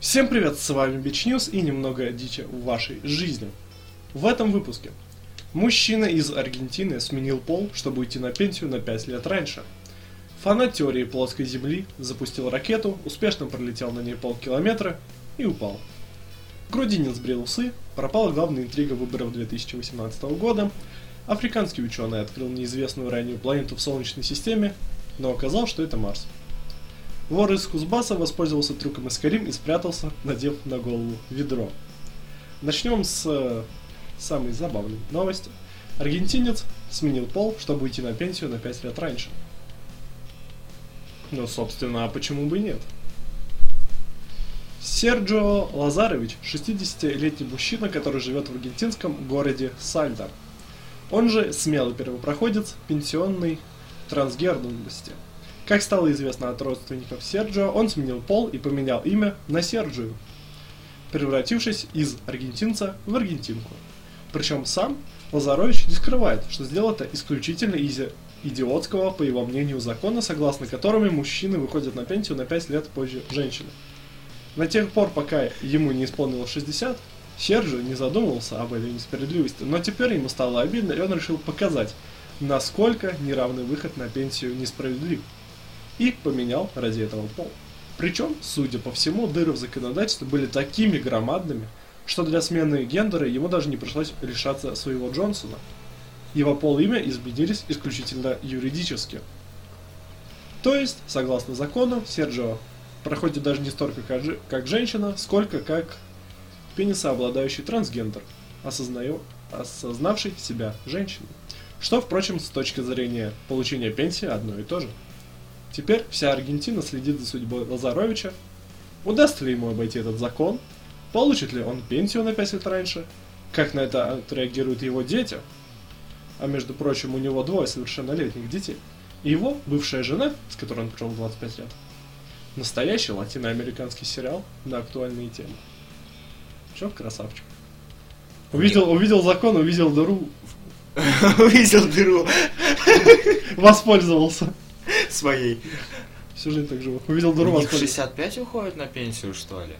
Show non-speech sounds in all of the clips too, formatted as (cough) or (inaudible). Всем привет, с вами Бич News и немного дичи в вашей жизни. В этом выпуске. Мужчина из Аргентины сменил пол, чтобы уйти на пенсию на 5 лет раньше. Фанат теории плоской земли запустил ракету, успешно пролетел на ней полкилометра и упал. Грудинин сбрил усы, пропала главная интрига выборов 2018 года, африканский ученый открыл неизвестную ранее планету в Солнечной системе, но оказалось, что это Марс. Вор из Кузбасса воспользовался трюком Искарим и спрятался, надев на голову ведро. Начнем с э, самой забавной новости. Аргентинец сменил пол, чтобы уйти на пенсию на 5 лет раньше. Ну, собственно, а почему бы и нет? Серджио Лазарович – 60-летний мужчина, который живет в аргентинском городе Сальдо. Он же смелый первопроходец пенсионной трансгендерности – как стало известно от родственников Серджио, он сменил пол и поменял имя на Серджию, превратившись из аргентинца в аргентинку. Причем сам Лазарович не скрывает, что сделал это исключительно из идиотского, по его мнению, закона, согласно которому мужчины выходят на пенсию на 5 лет позже женщины. На тех пор, пока ему не исполнилось 60, Серджио не задумывался об этой несправедливости, но теперь ему стало обидно, и он решил показать, насколько неравный выход на пенсию несправедлив и поменял ради этого пол. Причем, судя по всему, дыры в законодательстве были такими громадными, что для смены гендера ему даже не пришлось решаться своего Джонсона. Его пол и имя изменились исключительно юридически. То есть, согласно закону, Серджио проходит даже не столько как, же- как женщина, сколько как пенисообладающий трансгендер, осознаю- осознавший себя женщиной. Что, впрочем, с точки зрения получения пенсии одно и то же. Теперь вся Аргентина следит за судьбой Лазаровича. Удастся ли ему обойти этот закон? Получит ли он пенсию на 5 лет раньше? Как на это отреагируют его дети? А между прочим, у него двое совершеннолетних детей. И его бывшая жена, с которой он прожил 25 лет. Настоящий латиноамериканский сериал на актуальные темы. Чё, красавчик. Увидел, увидел закон, увидел дыру, (laughs) Увидел дыру воспользовался. своей. Всю жизнь так живу. Увидел У дыру, них в воспользовался. 65 уходят на пенсию, что ли?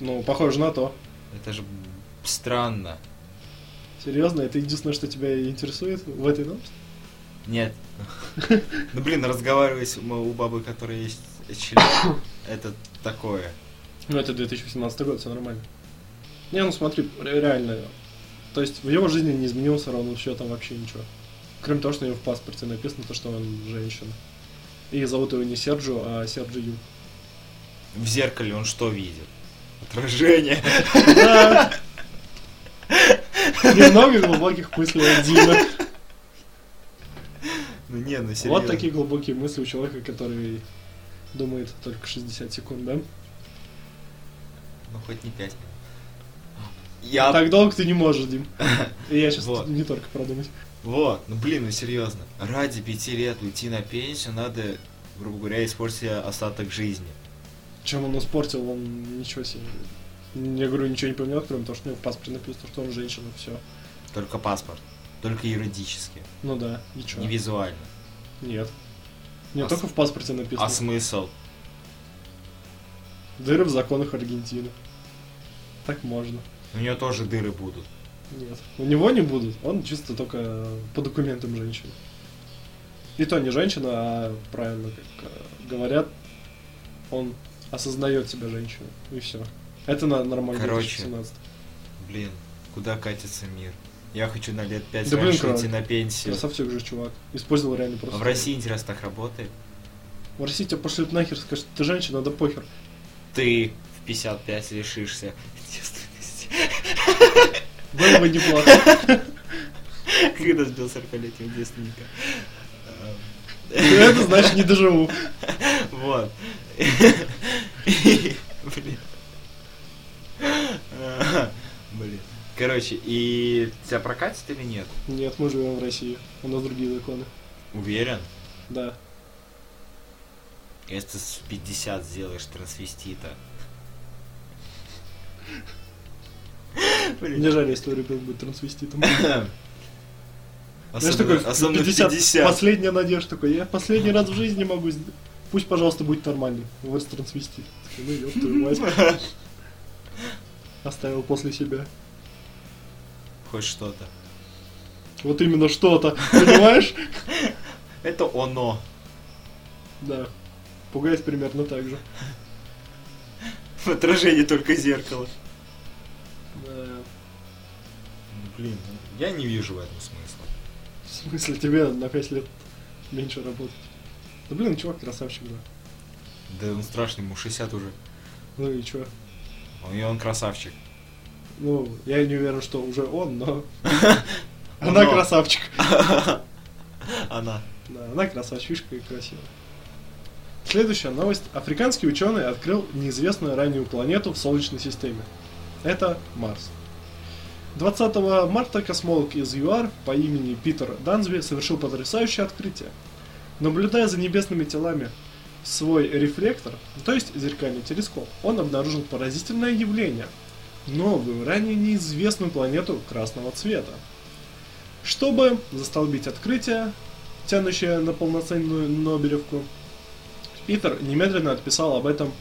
Ну, похоже на то. Это же странно. Серьезно, это единственное, что тебя и интересует в этой новости? Нет. Ну блин, разговаривать с- мы у бабы, которая есть член, это такое. Ну, это 2018 год, все нормально. Не, ну смотри, ре- реально. То есть в его жизни не изменилось ровным счетом вообще ничего. Кроме того, что у него в паспорте написано то, что он женщина. И зовут его не Серджио, а Серджию. В зеркале он что видит? Отражение. Да. Немного глубоких мыслей от Дина. Ну не, ну серьезно. Вот такие глубокие мысли у человека, который думает только 60 секунд, да? Ну хоть не 5 Я... Ну, А Так долго ты не можешь, (laughs) Дим. И я сейчас Вот. не только продумать. Вот, ну блин, ну серьезно. Ради пяти лет уйти на пенсию надо, грубо говоря, испортить себе остаток жизни. Чем он испортил, он ничего себе. Я говорю, ничего не поменял, кроме того, что у него в паспорте написано, что он женщина, все. Только паспорт. Только юридически. Ну да, ничего. Не визуально. Нет. Не, А только в паспорте написано. А смысл? Дыры в законах Аргентины. Так можно. У нее тоже дыры будут. Нет. У него не будут, он чисто только по документам женщина. И то не женщина, а правильно как э, говорят, он осознает себя женщиной. И все. Это на нормально Короче, 2017. Блин, куда катится мир? Я хочу на лет пять Да блин, раньше короче, уйти на пенсию. Красавчик же чувак. Использовал реально Типа, А просто. в России, интересно, так работает? В России тебя пошлют нахер, скажут, ты женщина, да похер. Ты в 55 лишишься девственности. (laughs) Было бы неплохо. Когда сбил 40-летнего девственника. Это значит не доживу. Эм, Вот. (laughs) И, Блин. А, Блин. Короче, и тебя прокатит или нет? Нет, мы живем в России. У нас другие законы. Уверен? Да. Если ты с 50 сделаешь трансвестита. Мне жаль, если твой ребенок будет трансвеститом. Знаешь, Особенно, такой, особенно в 50, 50. Последняя надежда такой. Я последний раз в жизни могу. сдел- Пусть, пожалуйста, будет нормальный. Вот трансвестит. Ну, ёб твою мать. (laughs) Оставил после себя. Хоть что-то. Вот именно что-то, понимаешь? Это оно. Да. Пугает примерно так же. В отражении только зеркало. Да. Ну, блин, ну, я не вижу в этом смысла. В смысле, тебе на 5 лет меньше работать. Да блин, чувак красавчик, да. Да он страшный, ему 60 уже. Ну и чё? Он, и он красавчик. Ну, я не уверен, что уже он, но... Она Оно. красавчик. Она. Да, она красавчишка и красивая. Следующая новость. Африканский ученый открыл неизвестную раннюю планету в Солнечной системе. Это Марс. 20 марта космолог из ЮАР по имени Питер Данзби совершил потрясающее открытие. Наблюдая за небесными телами в свой рефлектор, то есть зеркальный телескоп, он обнаружил поразительное явление – новую, ранее неизвестную планету красного цвета. Чтобы застолбить открытие, тянущее на полноценную Нобелевку, Питер немедленно отписал об этом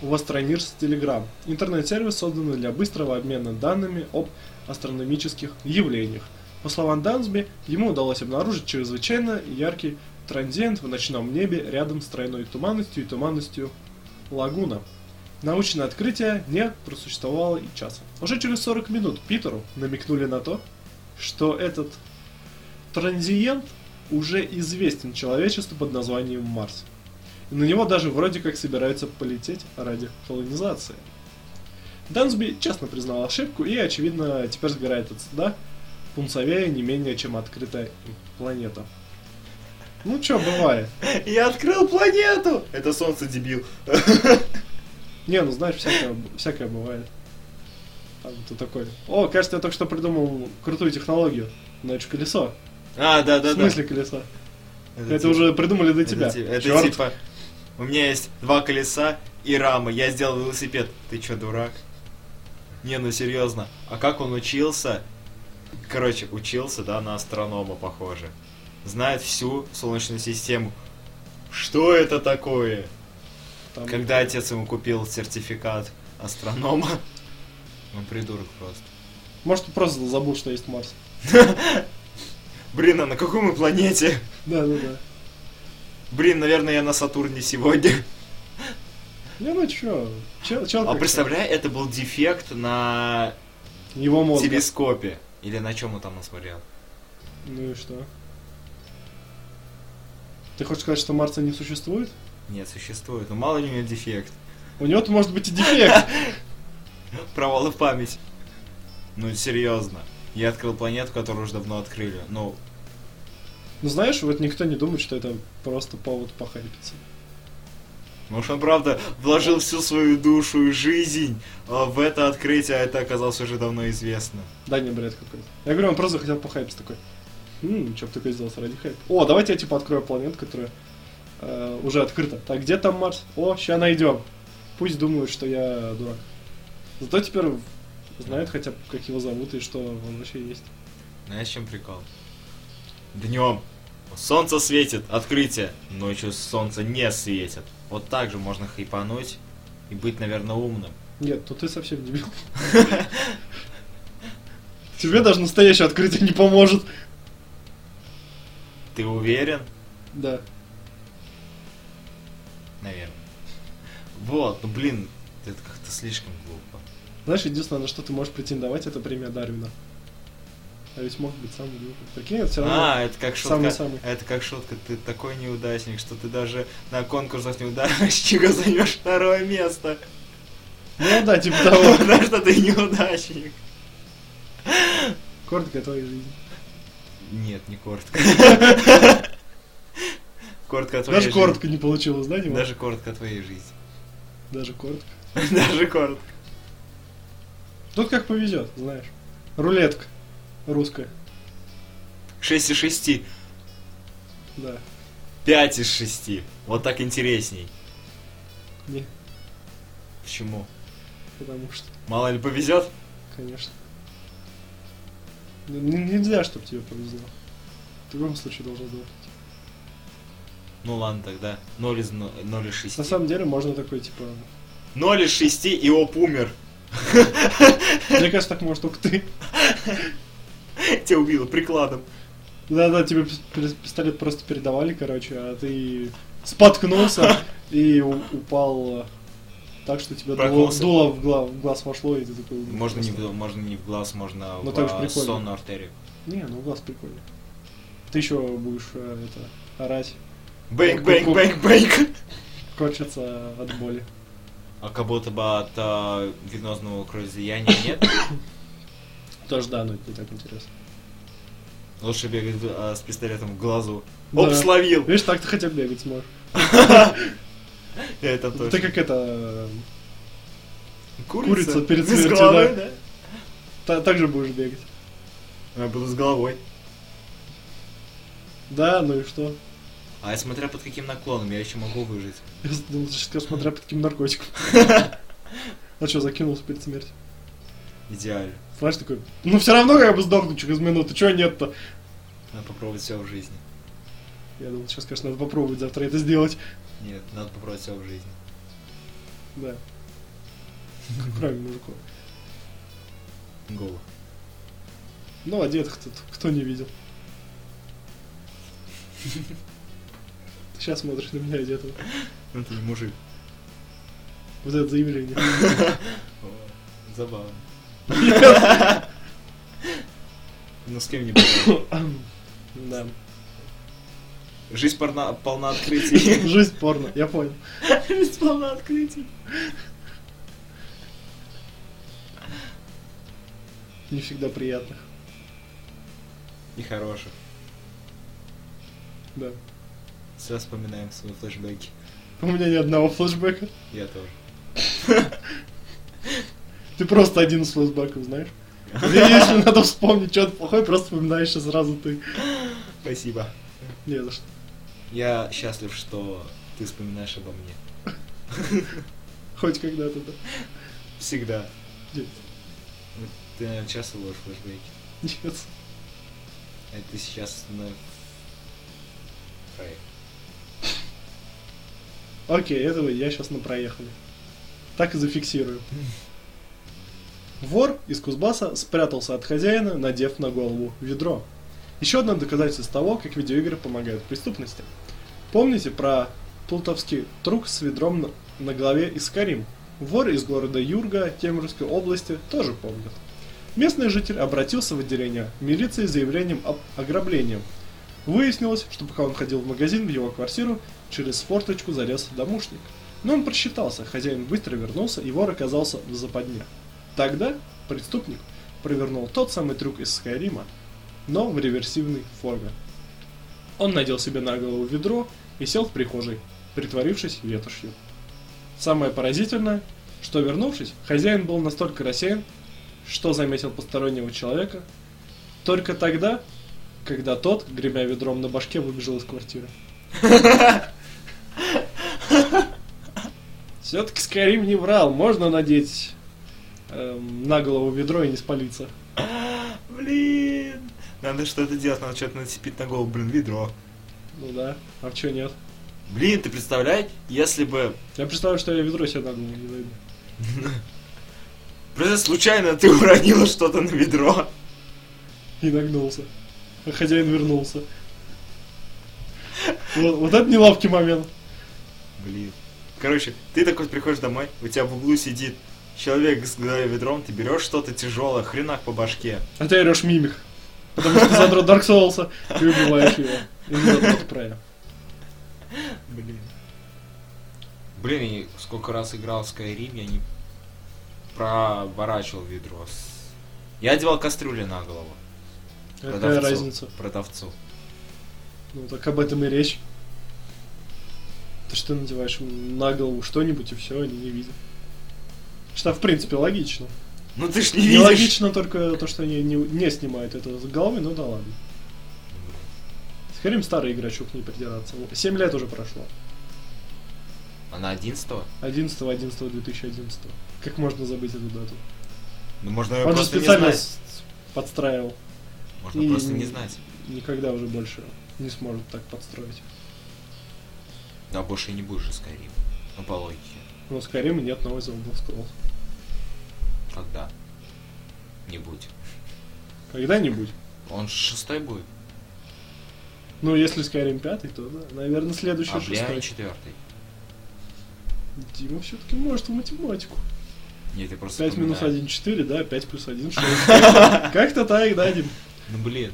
в Астронирс Телеграм. Интернет-сервис создан для быстрого обмена данными об астрономических явлениях. По словам Дансби, ему удалось обнаружить чрезвычайно яркий транзиент в ночном небе рядом с тройной туманностью и туманностью Лагуна. Научное открытие не просуществовало и часа. Уже через 40 минут Питеру намекнули на то, что этот транзиент уже известен человечеству под названием Марс. И на него даже вроде как собираются полететь ради колонизации. Дансби честно признал ошибку и, очевидно, теперь сгорает от стыда, пунцовее не менее, чем открытая им планета. Ну чё, бывает. Я открыл планету! Это солнце, дебил. Не, ну знаешь, всякое, всякое бывает. Там ты такой. О, кажется, я только что придумал крутую технологию. Значит, колесо. А, да, да, да. в смысле колесо? Это, типа- уже придумали для это тебя. ти- Это, Чёрт. типа, у меня есть два колеса и рама, я сделал велосипед. Ты чё, дурак? Не, ну серьезно. А как он учился? Короче, учился, да, на астронома, похоже. Знает всю Солнечную систему. Что это такое? Там- Когда отец ему купил сертификат астронома, он придурок просто. Может, ты просто забыл, что есть Марс. Блин, а на какой мы планете? Да, да, да. Блин, наверное, я на Сатурне сегодня. Не, ну чё, чел, чел А как-то. представляй, это был дефект на Его мозг. телескопе. Или на чем он там насмотрел? Ну и что? Ты хочешь сказать, что Марса не существует? Нет, существует. Ну мало ли у него дефект. У него-то может быть и дефект. Провалы в память. Ну серьезно. Я открыл планету, которую уже давно открыли. Ну, Но знаешь, вот никто не думает, что это просто повод похайпиться. Потому что он, ну, правда, вложил всю свою душу и жизнь а, в это открытие, а это оказалось уже давно известно. Да, не бред какой-то. Я говорю, он просто хотел похайпиться такой. Хм, что бы такое сделал ради хайпа. О, давайте я типа открою планету, которая э, уже открыта. Так, где там Марс? О, ща найдем. Пусть думают, что я дурак. Зато теперь знают хотя бы, как его зовут и что он вообще есть. Знаешь, в чем прикол? Днем солнце светит, открытие. Ночью солнце не светит. Вот так же можно хайпануть и быть, наверное, умным. Нет, ну ты совсем (laughs) дебил. Тебе даже настоящее открытие не поможет. Ты уверен? Да. Наверное. Вот, ну блин, это как-то слишком глупо. Знаешь, единственное, на что ты можешь претендовать, это премия Дарвина. А ведь мог быть самый глупый. Прикинь, это все равно... А, это как шутка. Самый-самый. Это как шутка. Ты такой неудачник, что ты даже на конкурсах (laughs) неудачника займешь второе место. (laughs) Ну да, типа того. Потому что ты неудачник. Коротко твоей жизни. Нет, не коротко. (laughs) Коротко о твоей Даже жизни. коротко не получилось, да, Дима? Даже коротко о твоей жизни. (laughs) Даже коротко. Даже коротко. Тут как повезет, знаешь. Рулетка русская, 6 из 6. да. 5 из 6. Вот так интересней. Не, Почему? потому что, Мало ли повезет? конечно. Н- н- нельзя, чтобы тебе повезло. В любом случае должен был. Ну ладно тогда. 0 из, но- 0 из 6. На самом деле можно такой, типа, 0 из 6 и оп умер. (laughs) Мне кажется, так можешь только ты. Тебя убило прикладом. Да-да, тебе пи- пи- пистолет просто передавали, короче, а ты споткнулся (laughs) и у- упал э, так, что тебе дуло, Прокололся. дуло в, гла- в глаз вошло, и ты такой... ну, Можно не, в, просто- можно не в глаз, можно Ну, в так же а, прикольно. сонную артерию. Не, ну в глаз прикольно. Ты еще будешь э, это, орать, Бэнк, Ку-ку-ку. бэнк, бэнк, бэнк. корчиться от боли. А как будто бы от а, венозного кровоизлияния нет. Тоже да, но это не так интересно. Лучше бегать а, с пистолетом в глазу. Да. Оп, словил. Видишь, так ты хотя бы бегать сможешь. Это точно. Ты как это... э, Курица, курица перед Без смертью, головы, да? та- так же будешь бегать. Я буду А, с головой. Да, ну и что? А я смотря под каким наклоном, я еще могу выжить. Я думал, ты сейчас скажешь, смотря под каким наркотиком. (laughs) А что, закинулся перед смертью? Идеально. Знаешь, такой, ну все равно я бы сдохну через минуту, чего нет-то? Надо попробовать все в жизни. Я думал, сейчас, конечно, надо попробовать завтра это сделать. Нет, надо попробовать все в жизни. Да. Как правильно, мужиков. Голых. Ну, одетых тут кто не видел. Ты сейчас смотришь на меня одетого. Ну ты же мужик. Вот это заявление. О, Забавно. (laughs) Ну с кем не бывает. Да. Жизнь порна- полна открытий. Жизнь порно, я понял. Жизнь полна открытий. Не всегда приятных. И хороших. Да. Сразу вспоминаем свои флешбеки. У меня ни одного флешбека. Я тоже. Ты просто один из флешбеков, знаешь? Где, Если надо вспомнить что-то плохое, просто вспоминаешь и сразу ты. Спасибо. Не за что. Я счастлив, что ты вспоминаешь обо мне. Хоть когда-то, да. Всегда. Нет. Ну, Ты, наверное, часто ловишь флешбеки. Нет. А ты сейчас на... Проект. Окей, этого я сейчас на проехали. Так и зафиксирую. Вор из Кузбасса спрятался от хозяина, надев на голову ведро. Еще одно доказательство того, как видеоигры помогают в преступности. Помните про плутовский трюк с ведром на, на голове из Карим? Вор из города Юрга Кемеровской области тоже помнит. Местный житель обратился в отделение милиции с заявлением об ограблении. Выяснилось, что пока он ходил в магазин в его квартиру, через форточку залез домушник. Но он просчитался, хозяин быстро вернулся, и вор оказался в западне. Тогда преступник провернул тот самый трюк из Скайрима, но в реверсивной форме. Он надел себе на голову ведро и сел в прихожей, притворившись ветошью. Самое поразительное, что вернувшись, хозяин был настолько рассеян, что заметил постороннего человека только тогда, когда тот, гремя ведром на башке, выбежал из квартиры. Все-таки Скарим не врал, можно надеть эм, на голову ведро и не спалиться. Блин! Надо что-то делать, надо что-то нацепить на голову, блин, ведро. Ну да, а в чё нет? Блин, ты представляешь, если бы Я представляю, что я ведро себе на голову не найду. просто случайно ты уронила что-то на ведро. И нагнулся. А хозяин вернулся. Вот, вот это неловкий момент. Блин. Короче, ты такой приходишь домой, у тебя в углу сидит человек с головой ведром, ты берешь что-то тяжелое, хренак по башке. А ты орешь мимик. Потому что задрот Dark Souls'а и убиваешь его. И задрот правильно. Блин. Блин, я сколько раз играл в Skyrim, я не проворачивал ведро. с- Я одевал кастрюли на голову. Какая продавцу. разница? Продавцу. Ну так об этом и речь. То, что ты надеваешь на голову что-нибудь и все, они не видят. Что, в принципе, логично. Ну ты ж не видишь. Нелогично только то, что они не, не снимают это с головы, ну да ладно. Скорее, старый игрочок не придираться. 7 лет уже прошло. Она 11 11 11 2011 Как можно забыть эту дату? Ну можно её Он же просто специально не знать. с- подстраивал. Можно и- просто не знать. Никогда уже больше не сможет так подстроить. А больше и не будешь из Skyrim. Ну по логике. Но у Skyrim нет Noise Oblast Scroll. Когда? Не будь. Когда-нибудь. Он ж шестой будет. Ну, если Skyrim пятый, то, да, наверное, следующий а шестой. Oblivion четвертый. Дима все-таки может в математику. Нет, я просто 5 минус вспоминаю. 1, 4, да, 5 плюс 1, 6. (laughs) Как-то так, да, Дим? Ну блин.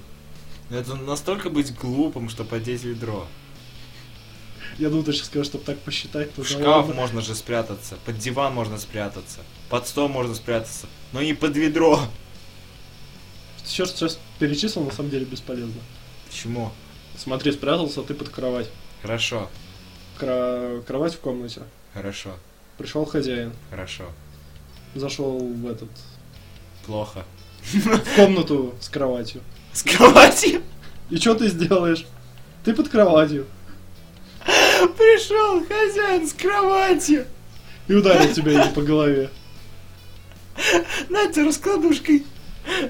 Ну, Это настолько быть глупым, что подеть ведро. Я думал, ты сейчас скажешь, чтобы так посчитать. но В да шкаф ладно. можно же спрятаться, под диван можно спрятаться, под стол можно спрятаться, но не под ведро. Все, что сейчас перечислил, на самом деле бесполезно. Почему? Смотри, спрятался ты под кровать. Хорошо, Кра- Кровать в комнате. хорошо, Пришел хозяин, хорошо. зашел в этот Плохо. в комнату с кроватью. С кровати (laughs) И что ты сделаешь? Ты под кроватью. пришел хозяин с кровати. И ударил тебя ей по голове. Нате раскладушкой.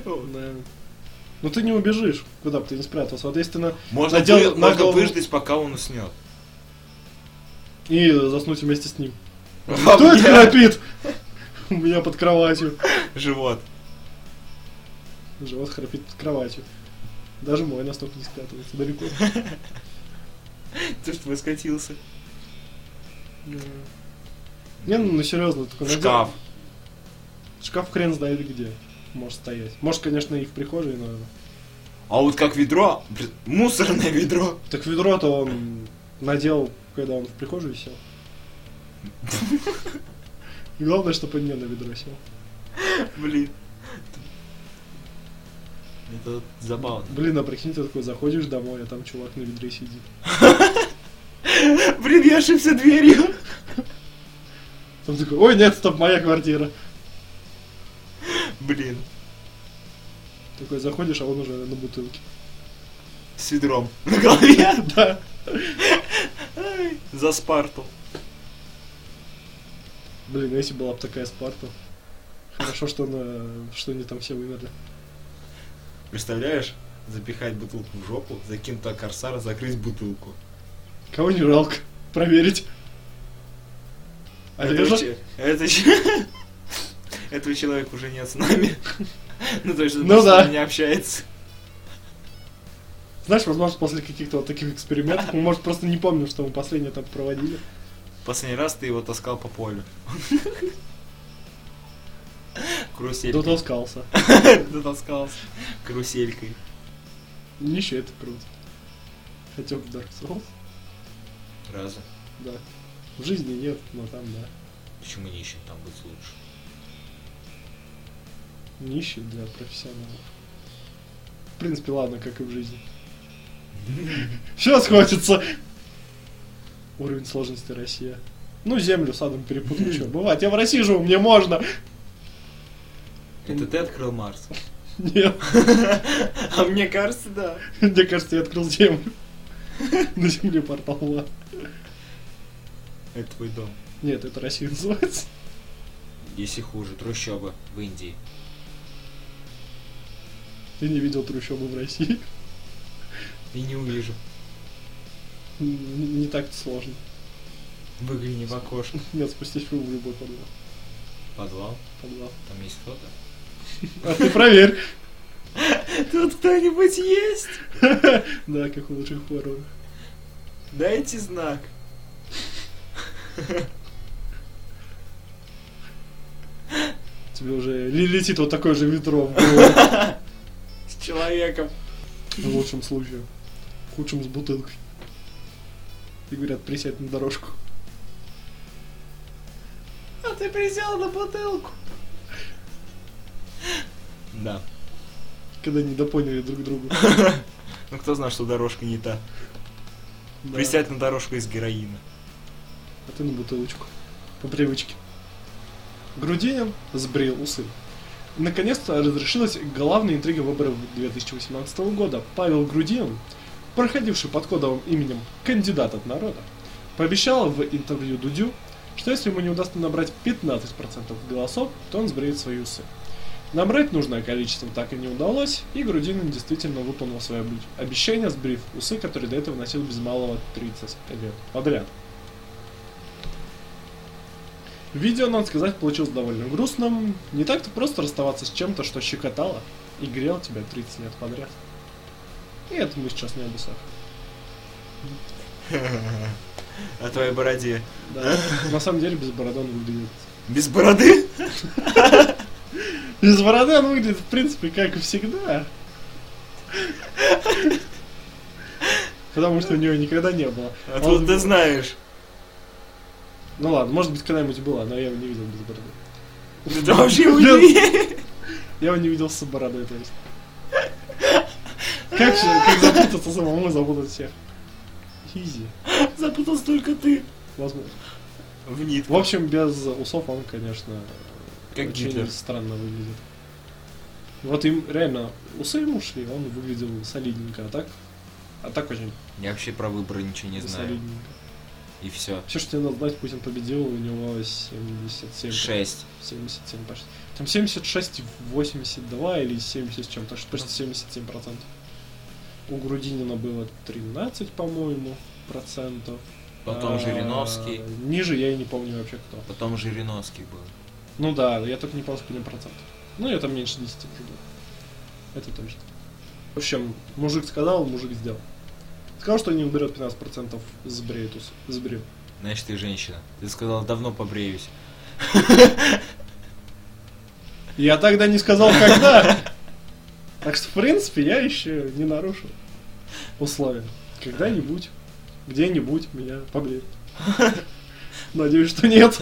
Да. Ну ты не убежишь, куда бы ты не спрятался. Вот если ты на... Можно, Надел вы- на можно голову. выждать, пока он уснет. И заснуть вместе с ним. Кто это храпит? У меня под кроватью. Живот. Живот храпит под кроватью. Даже мой настолько не спрятывается далеко. Ты что, скатился? Да. Не, ну, ну серьезно, такой В надел- шкаф. Шкаф хрен знает где. Может стоять. Может, конечно, и в прихожей, но... А вот как ведро, блин, мусорное ведро. Так ведро-то он надел, когда он в прихожую сел. И главное, чтобы он не на ведро сел. Блин. Это забавно. Блин, а прикинь, ты такой заходишь домой, а там чувак на ведре сидит. Блин, я ошибся дверью. Там такой, ой, нет, стоп, моя квартира. Блин, Такой заходишь, а он уже на бутылке. (laughs) с ведром на голове. Да. Ай, За Спарту. Блин, если была бы такая Спарта. Хорошо, что, она, что они там все вымерли. Представляешь? Запихать бутылку в жопу, закинуть корсара, закрыть бутылку. Кого не жалко? Проверить. А Этого Олежа? че- это че- (laughs) Этого человека уже нет с нами. (laughs) Ну, то есть он Ну просто да. с нами не общается. Знаешь, возможно, после каких-то вот таких экспериментов мы, может, просто не помним, что мы последнее там проводили. Последний раз ты его таскал по (laughs) полю. Каруселькой. Дотаскался. (laughs) Дотаскался. Каруселькой. Нище это круто. Хотя бы Dark Souls, Раза. да. В жизни нет, но там, да. Почему не ищем там быть лучше? Нищий для профессионалов. В принципе, ладно, как и в жизни. Все сходится. Уровень сложности Россия. Ну, землю с адом перепутал, что, бывает. Я в России живу, мне можно. (laughs) Это ты открыл Марс? Нет, А мне кажется, да. (laughs) мне кажется, я открыл землю. (laughs) На земле портал, ладно. Это твой дом. Нет, это Россия называется. Если хуже, трущобы в Индии. Ты не видел трущобы в России. И не увижу. Н- Не так сложно. Выгляни в (laughs) окошко. Нет, спустись в любой подвал. Подвал. подвал. Там есть кто-то. А ты проверь. Тут кто-нибудь есть? Да, как у лучших хорроров. Дайте знак. Тебе уже ле- летит вот такой же ветром в голову. С человеком. В лучшем случае. В худшем с бутылкой. И говорят, присядь на дорожку. А ты присел на бутылку. Да. Когда не допоняли друг друга. Ну кто знает, что дорожка не та. Да. Присядь на дорожку из героина. А ты на бутылочку. По привычке. Грудинин сбрил усы. Наконец-то разрешилась главная интрига выборов 2018 года. Павел Грудинин, проходивший под кодовым именем «Кандидат от народа», пообещал в интервью Дудю, что если ему не удастся набрать 15% голосов, то он сбреет свои усы. Набрать нужное количество так и не удалось, и Грудинин действительно выполнил свое обе- обещание, сбрив усы, которые до этого носил без малого 30 лет подряд. Видео, надо сказать, получилось довольно грустным. Не так-то просто расставаться с чем-то, что щекотало и грел тебя 30 лет подряд. И это мы сейчас не об усах. О твоей бороде. Да. На самом деле без бороды он выглядит. Без бороды? Без бороды он выглядит, в принципе, как и всегда. Потому что у него никогда не было. Откуда Он- А ты знаешь? Ну ладно, может быть, когда-нибудь была, но я его не видел без бороды. Да ты вообще его Блин. не (laughs) видел. Я его не видел с бородой, то есть. Как же, как запутаться самому, запутать всех. Изи. Запутался только ты. Возможно. В нит. В общем, без усов он, конечно, Как очень Гитлер. странно выглядит. Вот им реально усы ему шли, он выглядел солидненько, а так, а так очень Я вообще про выборы ничего не знаю. солидненько. И все. Все, что тебе надо знать, Путин победил, у него 77, 6. 77 почти. Там 76, 82 или 70 с чем-то, Ну. что почти 77 процентов. У Грудинина было 13, по-моему, процентов. Потом А, Жириновский. Ниже я и не помню вообще кто. Потом Жириновский был. Ну да, я только не помню, сколько у него процентов. Ну, я там меньше 10 было. Это точно. В общем, мужик сказал, мужик сделал. Сказал, что не уберет 15% с бреютус. С брю. Знаешь, ты женщина. Ты сказала, давно побреюсь. Я тогда не сказал, когда. Так что, в принципе, я еще не нарушил условия. Когда-нибудь, где-нибудь меня побреют. Надеюсь, что нет.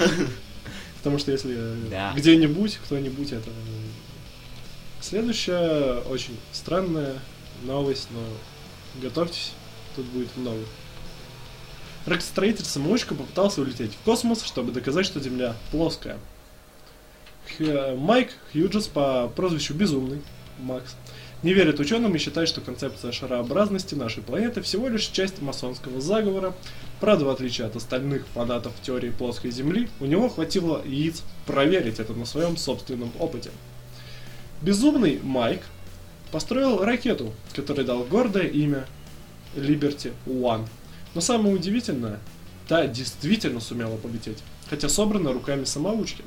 Потому что если э, Да. где-нибудь, кто-нибудь, это... э, Следующая очень странная новость, но готовьтесь, тут будет много. Ракетостроитель-самоучка попытался улететь в космос, чтобы доказать, что Земля плоская. Х- Э, Майк Хьюджес по прозвищу Безумный, Макс, не верит ученым и считает, что концепция шарообразности нашей планеты всего лишь часть масонского заговора. Правда, в отличие от остальных фанатов теории плоской Земли, у него хватило яиц проверить это на своем собственном опыте. Безумный Майк построил ракету, которой дал гордое имя Liberty One. Но самое удивительное, та действительно сумела полететь, хотя собрана руками самоучки.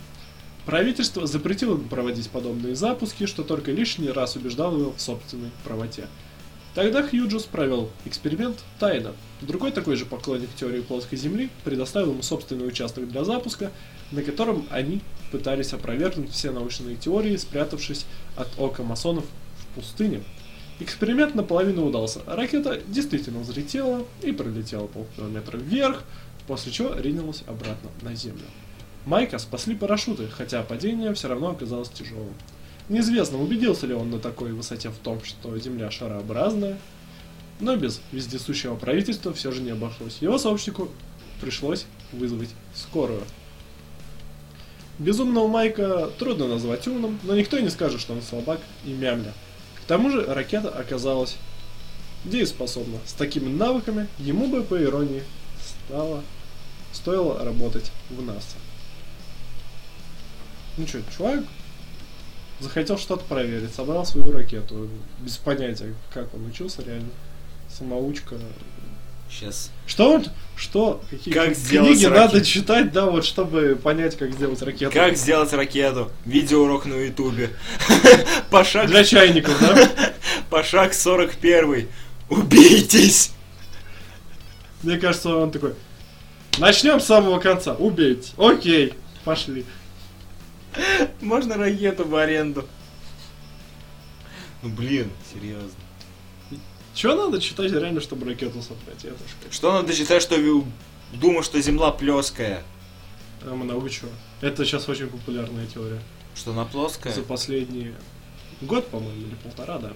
Правительство запретило им проводить подобные запуски, что только лишний раз убеждало его в собственной правоте. Тогда Хьюджес провел эксперимент тайно. Другой такой же поклонник теории плоской Земли предоставил ему собственный участок для запуска, на котором они пытались опровергнуть все научные теории, спрятавшись от ока масонов в пустыне. Эксперимент наполовину удался. Ракета действительно взлетела и пролетела полкилометра вверх, после чего ринулась обратно на Землю. Майка спасли парашюты, хотя падение все равно оказалось тяжелым. Неизвестно, убедился ли он на такой высоте в том, что Земля шарообразная, но без вездесущего правительства все же не обошлось. Его сообщнику пришлось вызвать скорую. Безумного Майка трудно назвать умным, но никто и не скажет, что он слабак и мямля. К тому же ракета оказалась дееспособна. С такими навыками ему бы, по иронии, стало стоило работать в НАСА. Ну что, чувак захотел что-то проверить, собрал свою ракету. Без понятия, как он учился реально. Самоучка. Сейчас. Что он? Что? Какие Как сделать книги надо ракету? читать, да, вот чтобы понять, как сделать ракету. Как сделать ракету? Видеоурок на ютубе. (laughs) Пошаг, Для чайников, да? пошаг 41. Убейтесь! Мне кажется, он такой. Начнем с самого конца. Убейте. Окей. Пошли. Можно ракету в аренду. Ну блин, серьезно. Чего надо читать реально, чтобы ракету собрать? Я тоже как- Что надо считать, что ви- думаю, что земла плеская? А много чего. Это сейчас очень популярная теория. Что она плоская? За последний год, по-моему, или полтора, да.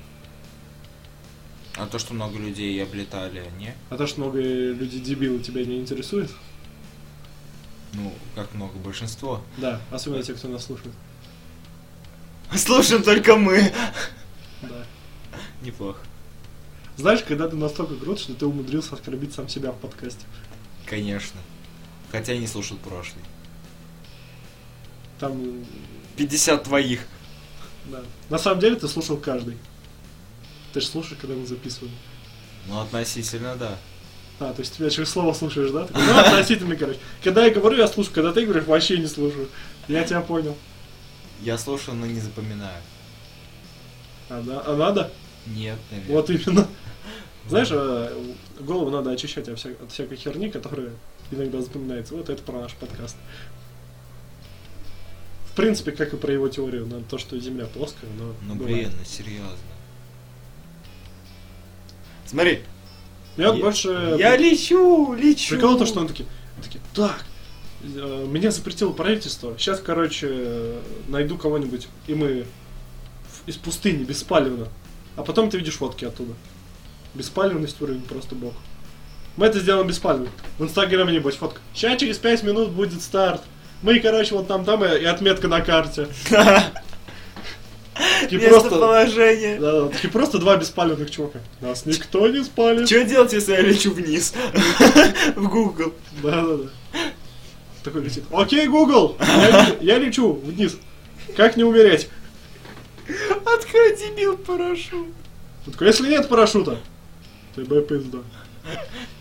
А то, что много людей облетали, не? А то, что много людей дебилы тебя не интересует. Ну, как много, большинство. Да, особенно те, кто нас слушает. (laughs) Слушаем только мы. Да. Неплохо. Знаешь, когда ты настолько крут, что ты умудрился оскорбить сам себя в подкасте. Конечно. Хотя не слушал прошлый. Там, м, 50 твоих. да. На самом деле ты слушал каждый. Ты же слушаешь, когда мы записываем. Ну, относительно, да. А, то есть ты меня через слово слушаешь, да? Такой, ну, относительно, короче. Когда я говорю, я слушаю, когда ты говоришь, вообще не слушаю. Я тебя понял. Я слушаю, но не запоминаю. А, да- а надо? Нет, наверное. Вот именно. Знаешь, э, голову надо очищать от вся- от всякой херни, которая иногда запоминается. Вот это про наш подкаст. В принципе, как и про его теорию, на то, что Земля плоская, но... Ну бывает. блин, ну серьезно. Смотри, Я вот я- больше... я лечу, лечу. Прикол то, что он такие, такие, так, э, меня запретило правительство, сейчас, короче, э, найду кого-нибудь, и мы в- из пустыни, беспалевно. А потом ты видишь фотки оттуда. Беспалевность уровень просто бог. Мы это сделаем беспалевно. В инстаграме, небось, фотка. Сейчас через 5 минут будет старт. Мы, короче, вот там, там и и отметка на карте. Такие просто, Местоположение. да, да, такие просто два беспалевных чувака. Нас никто не спалит. Что делать, если я лечу вниз? (laughs) В Google. Да-да-да. Такой летит. Окей, Google, я, я лечу вниз. Как не умереть? Открой дебил парашют. Он такой, если нет парашюта, тебе пизда.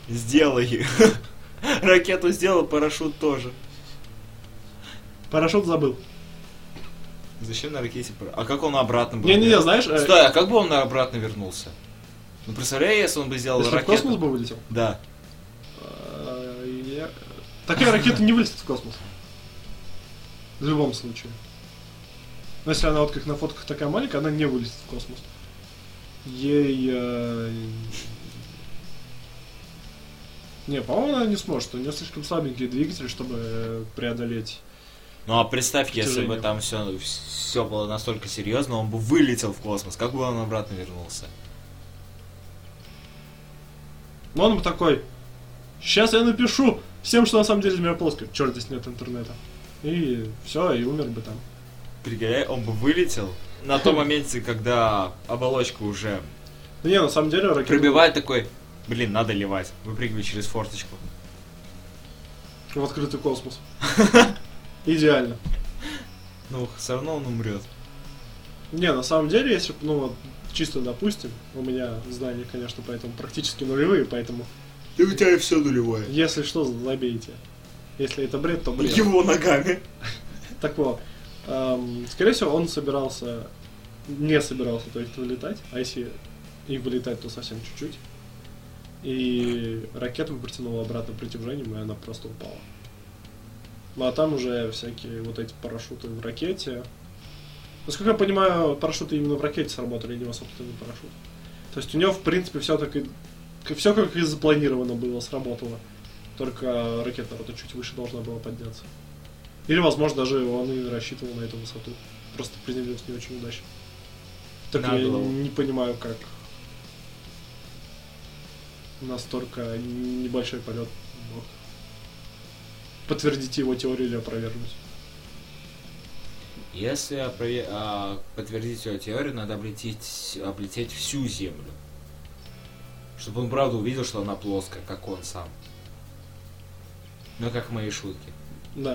Сделай. (laughs) Ракету сделал, парашют тоже. Парашют забыл. Зачем на ракете пара- А как он обратно был? Не-не-не, знаешь, э, Стой, а как бы он обратно вернулся? Ну представляю, если он бы сделал если в ракету. космос бы вылетел, Да. э, я- такая ракета не вылетит в космос. В любом случае. Но если она вот как на фотках такая маленькая, она не вылетит в космос. Ей... э, Не, по-моему, она не сможет. У нее слишком слабенькие двигатели, чтобы э, преодолеть. Ну а представь, если бы Притяжение. там все, все было настолько серьезно, он бы вылетел в космос. Как бы он обратно вернулся? Но он бы такой... Сейчас я напишу всем, что на самом деле земля плоская. Черт, здесь нет интернета. И все, и умер бы там. Пригоряй, он бы вылетел на том моменте, когда оболочка уже Да не, на самом деле ракета... пробивает такой, блин, надо ливать. Выпрыгивай через форточку. В открытый космос. Идеально. Ну, все равно он умрет. Не, на самом деле, если, б, ну, вот, чисто допустим, у меня знания, конечно, поэтому практически нулевые, поэтому, И у тебя все нулевое. если что, забейте. Если это бред, то бред. Его ногами. Так вот, эм, скорее всего, он собирался, не собирался, то есть, вылетать, а если и вылетать, то совсем чуть-чуть. И ракету протянула обратно притяжением, и она просто упала. Ну, а там уже всякие вот эти парашюты в ракете. Насколько я понимаю, парашюты именно в ракете сработали, не его собственный парашют. То есть у него, в принципе, все так и... Все как и запланировано было, сработало. Только ракета вот чуть выше должна была подняться. Или, возможно, даже он и рассчитывал на эту высоту. Просто приземлился не очень удачно. Так На я голову. не понимаю, как настолько небольшой полет мог подтвердить его теорию или опровергнуть. Если опрове- а, подтвердить ее теорию, надо облететь, облететь всю Землю. Чтобы он правда увидел, что она плоская, как он сам. Ну, как мои шутки. Да,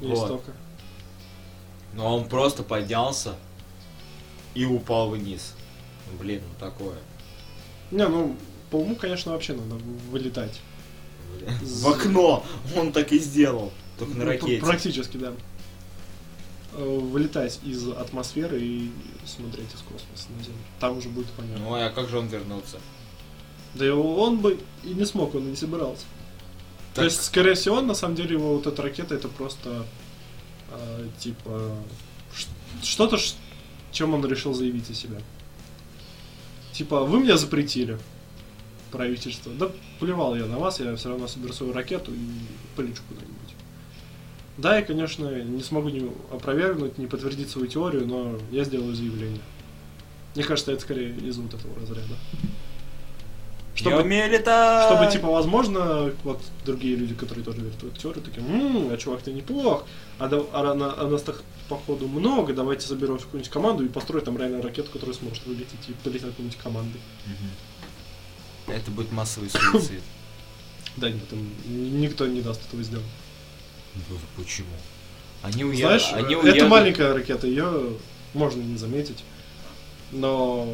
есть Вот. только. Но он просто поднялся и упал вниз. Ну, Блин, ну такое. Не, ну, по уму, конечно, вообще надо вылетать. Блин. В окно! Он так и сделал. Только Ну, на пр- ракете. Практически, да. Э, Вылетать из атмосферы и смотреть из космоса на Землю. Там уже будет понятно. Ну, а как же он вернуться? Да и он бы и не смог, он и не собирался. То есть, скорее всего, на самом деле, его вот эта ракета это просто э, типа ш- что-то, ш- чем он решил заявить о себе. Типа, вы меня запретили, правительство. Да плевал я на вас, я все равно соберу свою ракету и полечу куда-нибудь. Да, я, конечно, не смогу не опровергнуть, не подтвердить свою теорию, но я сделаю заявление. Мне кажется, это скорее из вот этого разряда. Я умею летать! Чтобы, типа, возможно, вот другие люди, которые тоже верят в эту теорию, такие, «М, а чувак, ты неплох, а, да- а на- а нас так, походу, много, давайте заберем какую-нибудь команду и построим там реально ракету, которая сможет вылететь и типа, полететь какой-нибудь команды. Мгм. Это будет массовый суицид. Да нет, там н- никто не даст этого сделать. Ну, Почему? Они уехали. Знаешь, Они э, уедут. это маленькая ракета, ее можно не заметить, но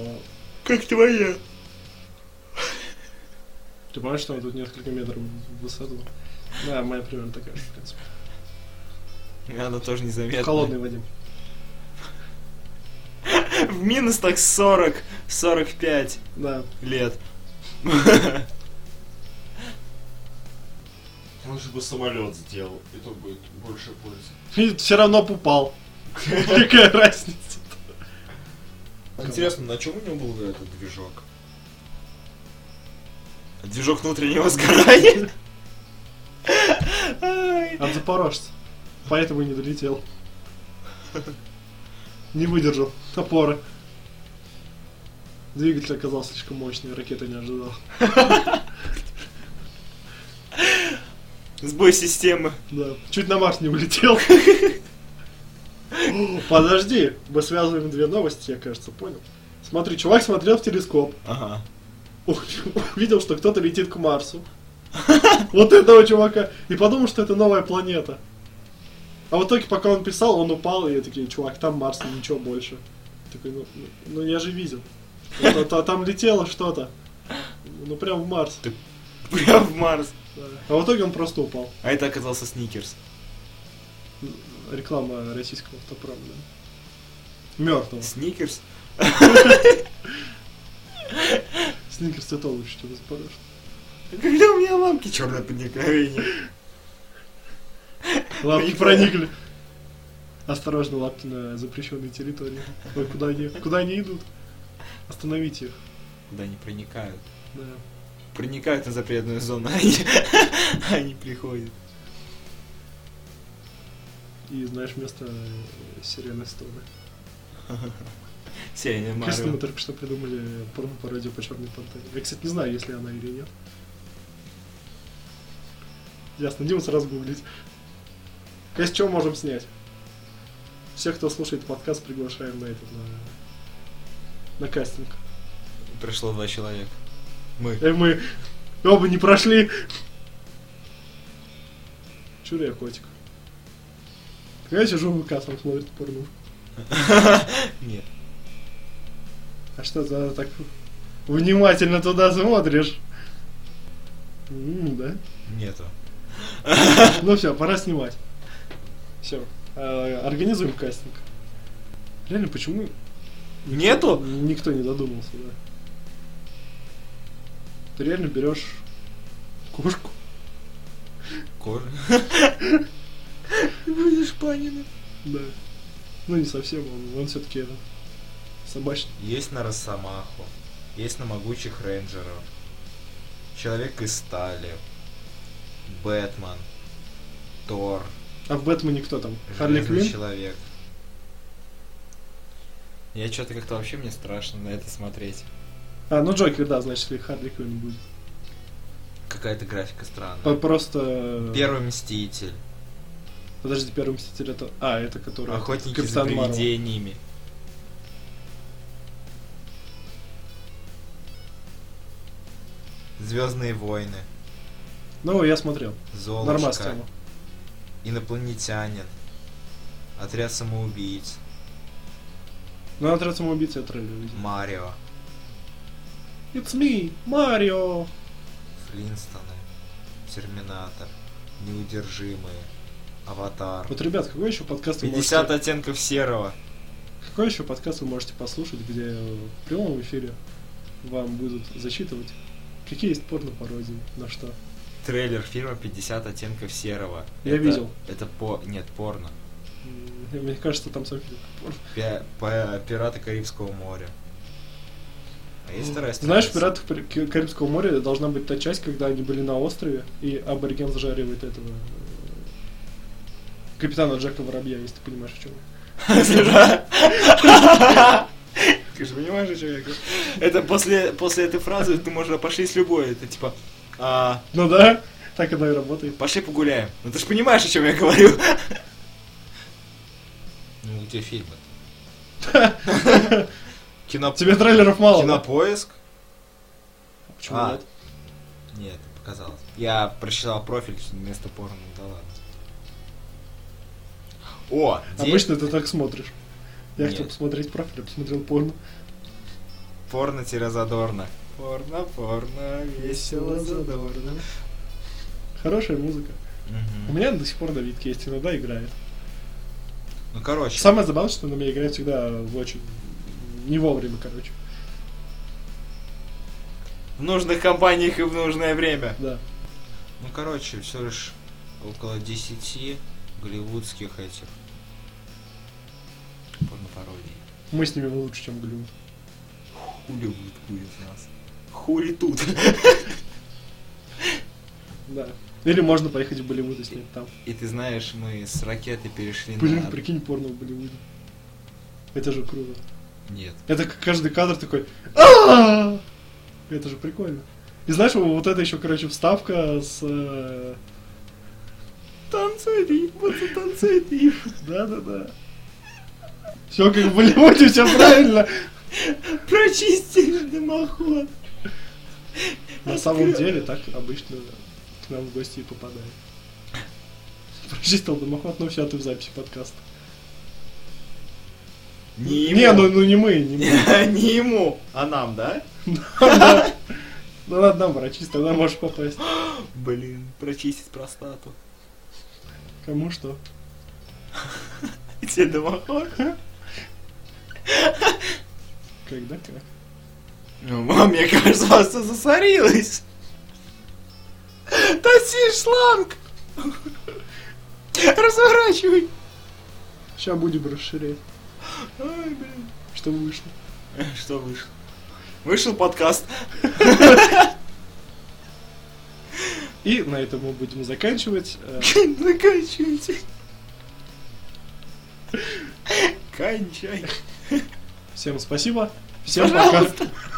Как твоя. Ты понимаешь, что там тут несколько метров в высоту? Да, моя примерно такая же, в принципе. И Она тоже незаметна. В холодной воде. (laughs) В минус так 40, 45 Да. лет. Лучше бы самолет сделал, и то будет больше пользы. И все равно б упал. (laughs) Какая разница? Интересно, на чем у него был этот движок? Движок внутреннего сгорания? Ай. От запорожца. Поэтому и не долетел. Не выдержал опоры. Двигатель оказался слишком мощный, ракета не ожидал. (laughs) Сбой системы. Да. Чуть на Марс не улетел. Подожди, мы связываем две новости, я кажется, понял. Смотри, чувак смотрел в телескоп, Ага. (laughs) увидел, что кто-то летит к Марсу. (laughs) Вот этого чувака. И подумал, что это новая планета. А в итоге, пока он писал, он упал, и такие, чувак, там Марс, ну ничего больше. Такой, ну, ну, ну я же видел. Вот, а, то- там летело что-то. Ну прям в Марс. Прям в Марс. Да. А в итоге он просто упал. А это оказался сникерс. Реклама российского автопрома, да. Мертвого. Сникерс? Сникерс это лучше, чем запорожец. Когда у меня ламки черное подникновение? Лапки Проникли. проникли. Осторожно, лапки на запрещенной территории. Ой, куда они, куда они идут? Остановите их. Да, не проникают. Да. Проникают на запретную зону, а они, (laughs) а они приходят. И знаешь место сериальной стороны. Сеня Кажется, мы Марвел. только что придумали порно-пародию по черной пантере. Я, кстати, не знаю, есть ли она или нет. Ясно, Дима сразу гуглить. Из чего можем снять? Всех, кто слушает подкаст, приглашаем на этот, на, на кастинг. Пришло два человека. Мы. И Э, мы оба не прошли. Чур я котик. Я сижу в ВК, сам смотрит порно. Нет. А что ты так внимательно туда смотришь? М, да? (laughs) Нету. Ну все, пора снимать. Все, организуем кастинг. Реально, почему Нету? никто не додумался, да? Ты реально берешь кошку, (laughs) Кожа. Будешь планины. да. Ну не совсем, он, он все-таки это собачный. Есть на Росомаху. Есть на могучих рейнджеров. Человек из стали. Бэтмен. Тор. А в Бэтмене кто там? Харли Железный Квинн? человек. Я что-то как-то вообще мне страшно на это смотреть. А, ну Джокер, да, значит, и Харли Квинн будет. Какая-то графика странная. По- Просто... Первый мститель. Подожди, первый мститель это... А, это который... Охотники Капитан за Марвел. привидениями. Звездные войны. Ну, я смотрел. Нормас Золушка. тема. Инопланетянин. Отряд самоубийц. Ну, отряд самоубийц я трейлер видел. Марио. It's me, Марио! Флинстоны. Терминатор. Неудержимые. Аватар. Вот, ребят, какой еще подкаст вы 50 можете... оттенков серого. Какой еще подкаст вы можете послушать, где э, в прямом эфире вам будут зачитывать, какие есть порно-пародии, на что? Трейлер фильма 50 оттенков серого. Я Это- видел. Это по... Нет, порно. М, Мне кажется, там сам фильм. порно. Пи- по- Пираты Карибского моря. А есть вторая Знаешь, в страница? «Пиратах Пар- Ки- Карибского моря» должна быть та часть, когда они были на острове, и абориген зажаривает этого э, капитана Джека Воробья, если ты понимаешь, о чем я. (laughs) Ты же понимаешь, о чем я говорю? Это после, после этой фразы ты можешь а, пошли с любой. Это типа, а, Ну да, так оно и работает. пошли погуляем. Ну ты же понимаешь, о чем я говорю. Ну, где фильмы? (laughs) Кино... Тебе трейлеров мало? да? Кинопоиск? Почему А. нет? Нет, показалось. Я прочитал профиль вместо порно, ну да ладно. О, здесь Обычно ты так смотришь. Я Нет. хотел посмотреть профиль, я посмотрел порно. порно-задорно. Порно, порно, весело, задорно. Хорошая музыка. У Мгм. меня до сих пор на Витке есть, иногда играет. Ну, короче. Самое забавное, что она меня играет всегда в очень... Не вовремя, короче. В нужных компаниях и в нужное время. Да. Ну, короче, все лишь около 10 голливудских этих порнопародий. Мы с ними лучше, чем Глюм. Хули будет хуй из нас. Хули тут. Да. Или можно поехать в Болливуд и снять там. И ты знаешь, мы с ракеты перешли Блин, на... прикинь, порно в Болливуде. Это же круто. Нет. Это как каждый кадр такой. «А-а-а!» Это же прикольно. И знаешь, вот это еще, короче, вставка с... э, Танцуй, рифматься, танцуй, риф. Да-да-да. Все как в Болливуде, все правильно. Прочистили дымоход. На самом деле, так обычно к нам в гости и попадает. Прочистил дымоход, ну все, ты в записи подкаста. Не ему. не ну, ну не мы, не мы. (laughs) Не ему, а нам, да? Ну ладно, нам прочистил, тогда можешь попасть. Блин, прочистить простату. (laughs) Кому что? Тебе дымоход? Когда как? Ну, мам, мне кажется, у вас все засорилось. Таси шланг! Разворачивай! Сейчас будем расширять, Ай, блин. что вышло. Что вышло? Вышел подкаст. И на этом мы будем заканчивать. Э, Заканчивайте. Кончай. Всем спасибо. Всем пока. (laughs) Пожалуйста.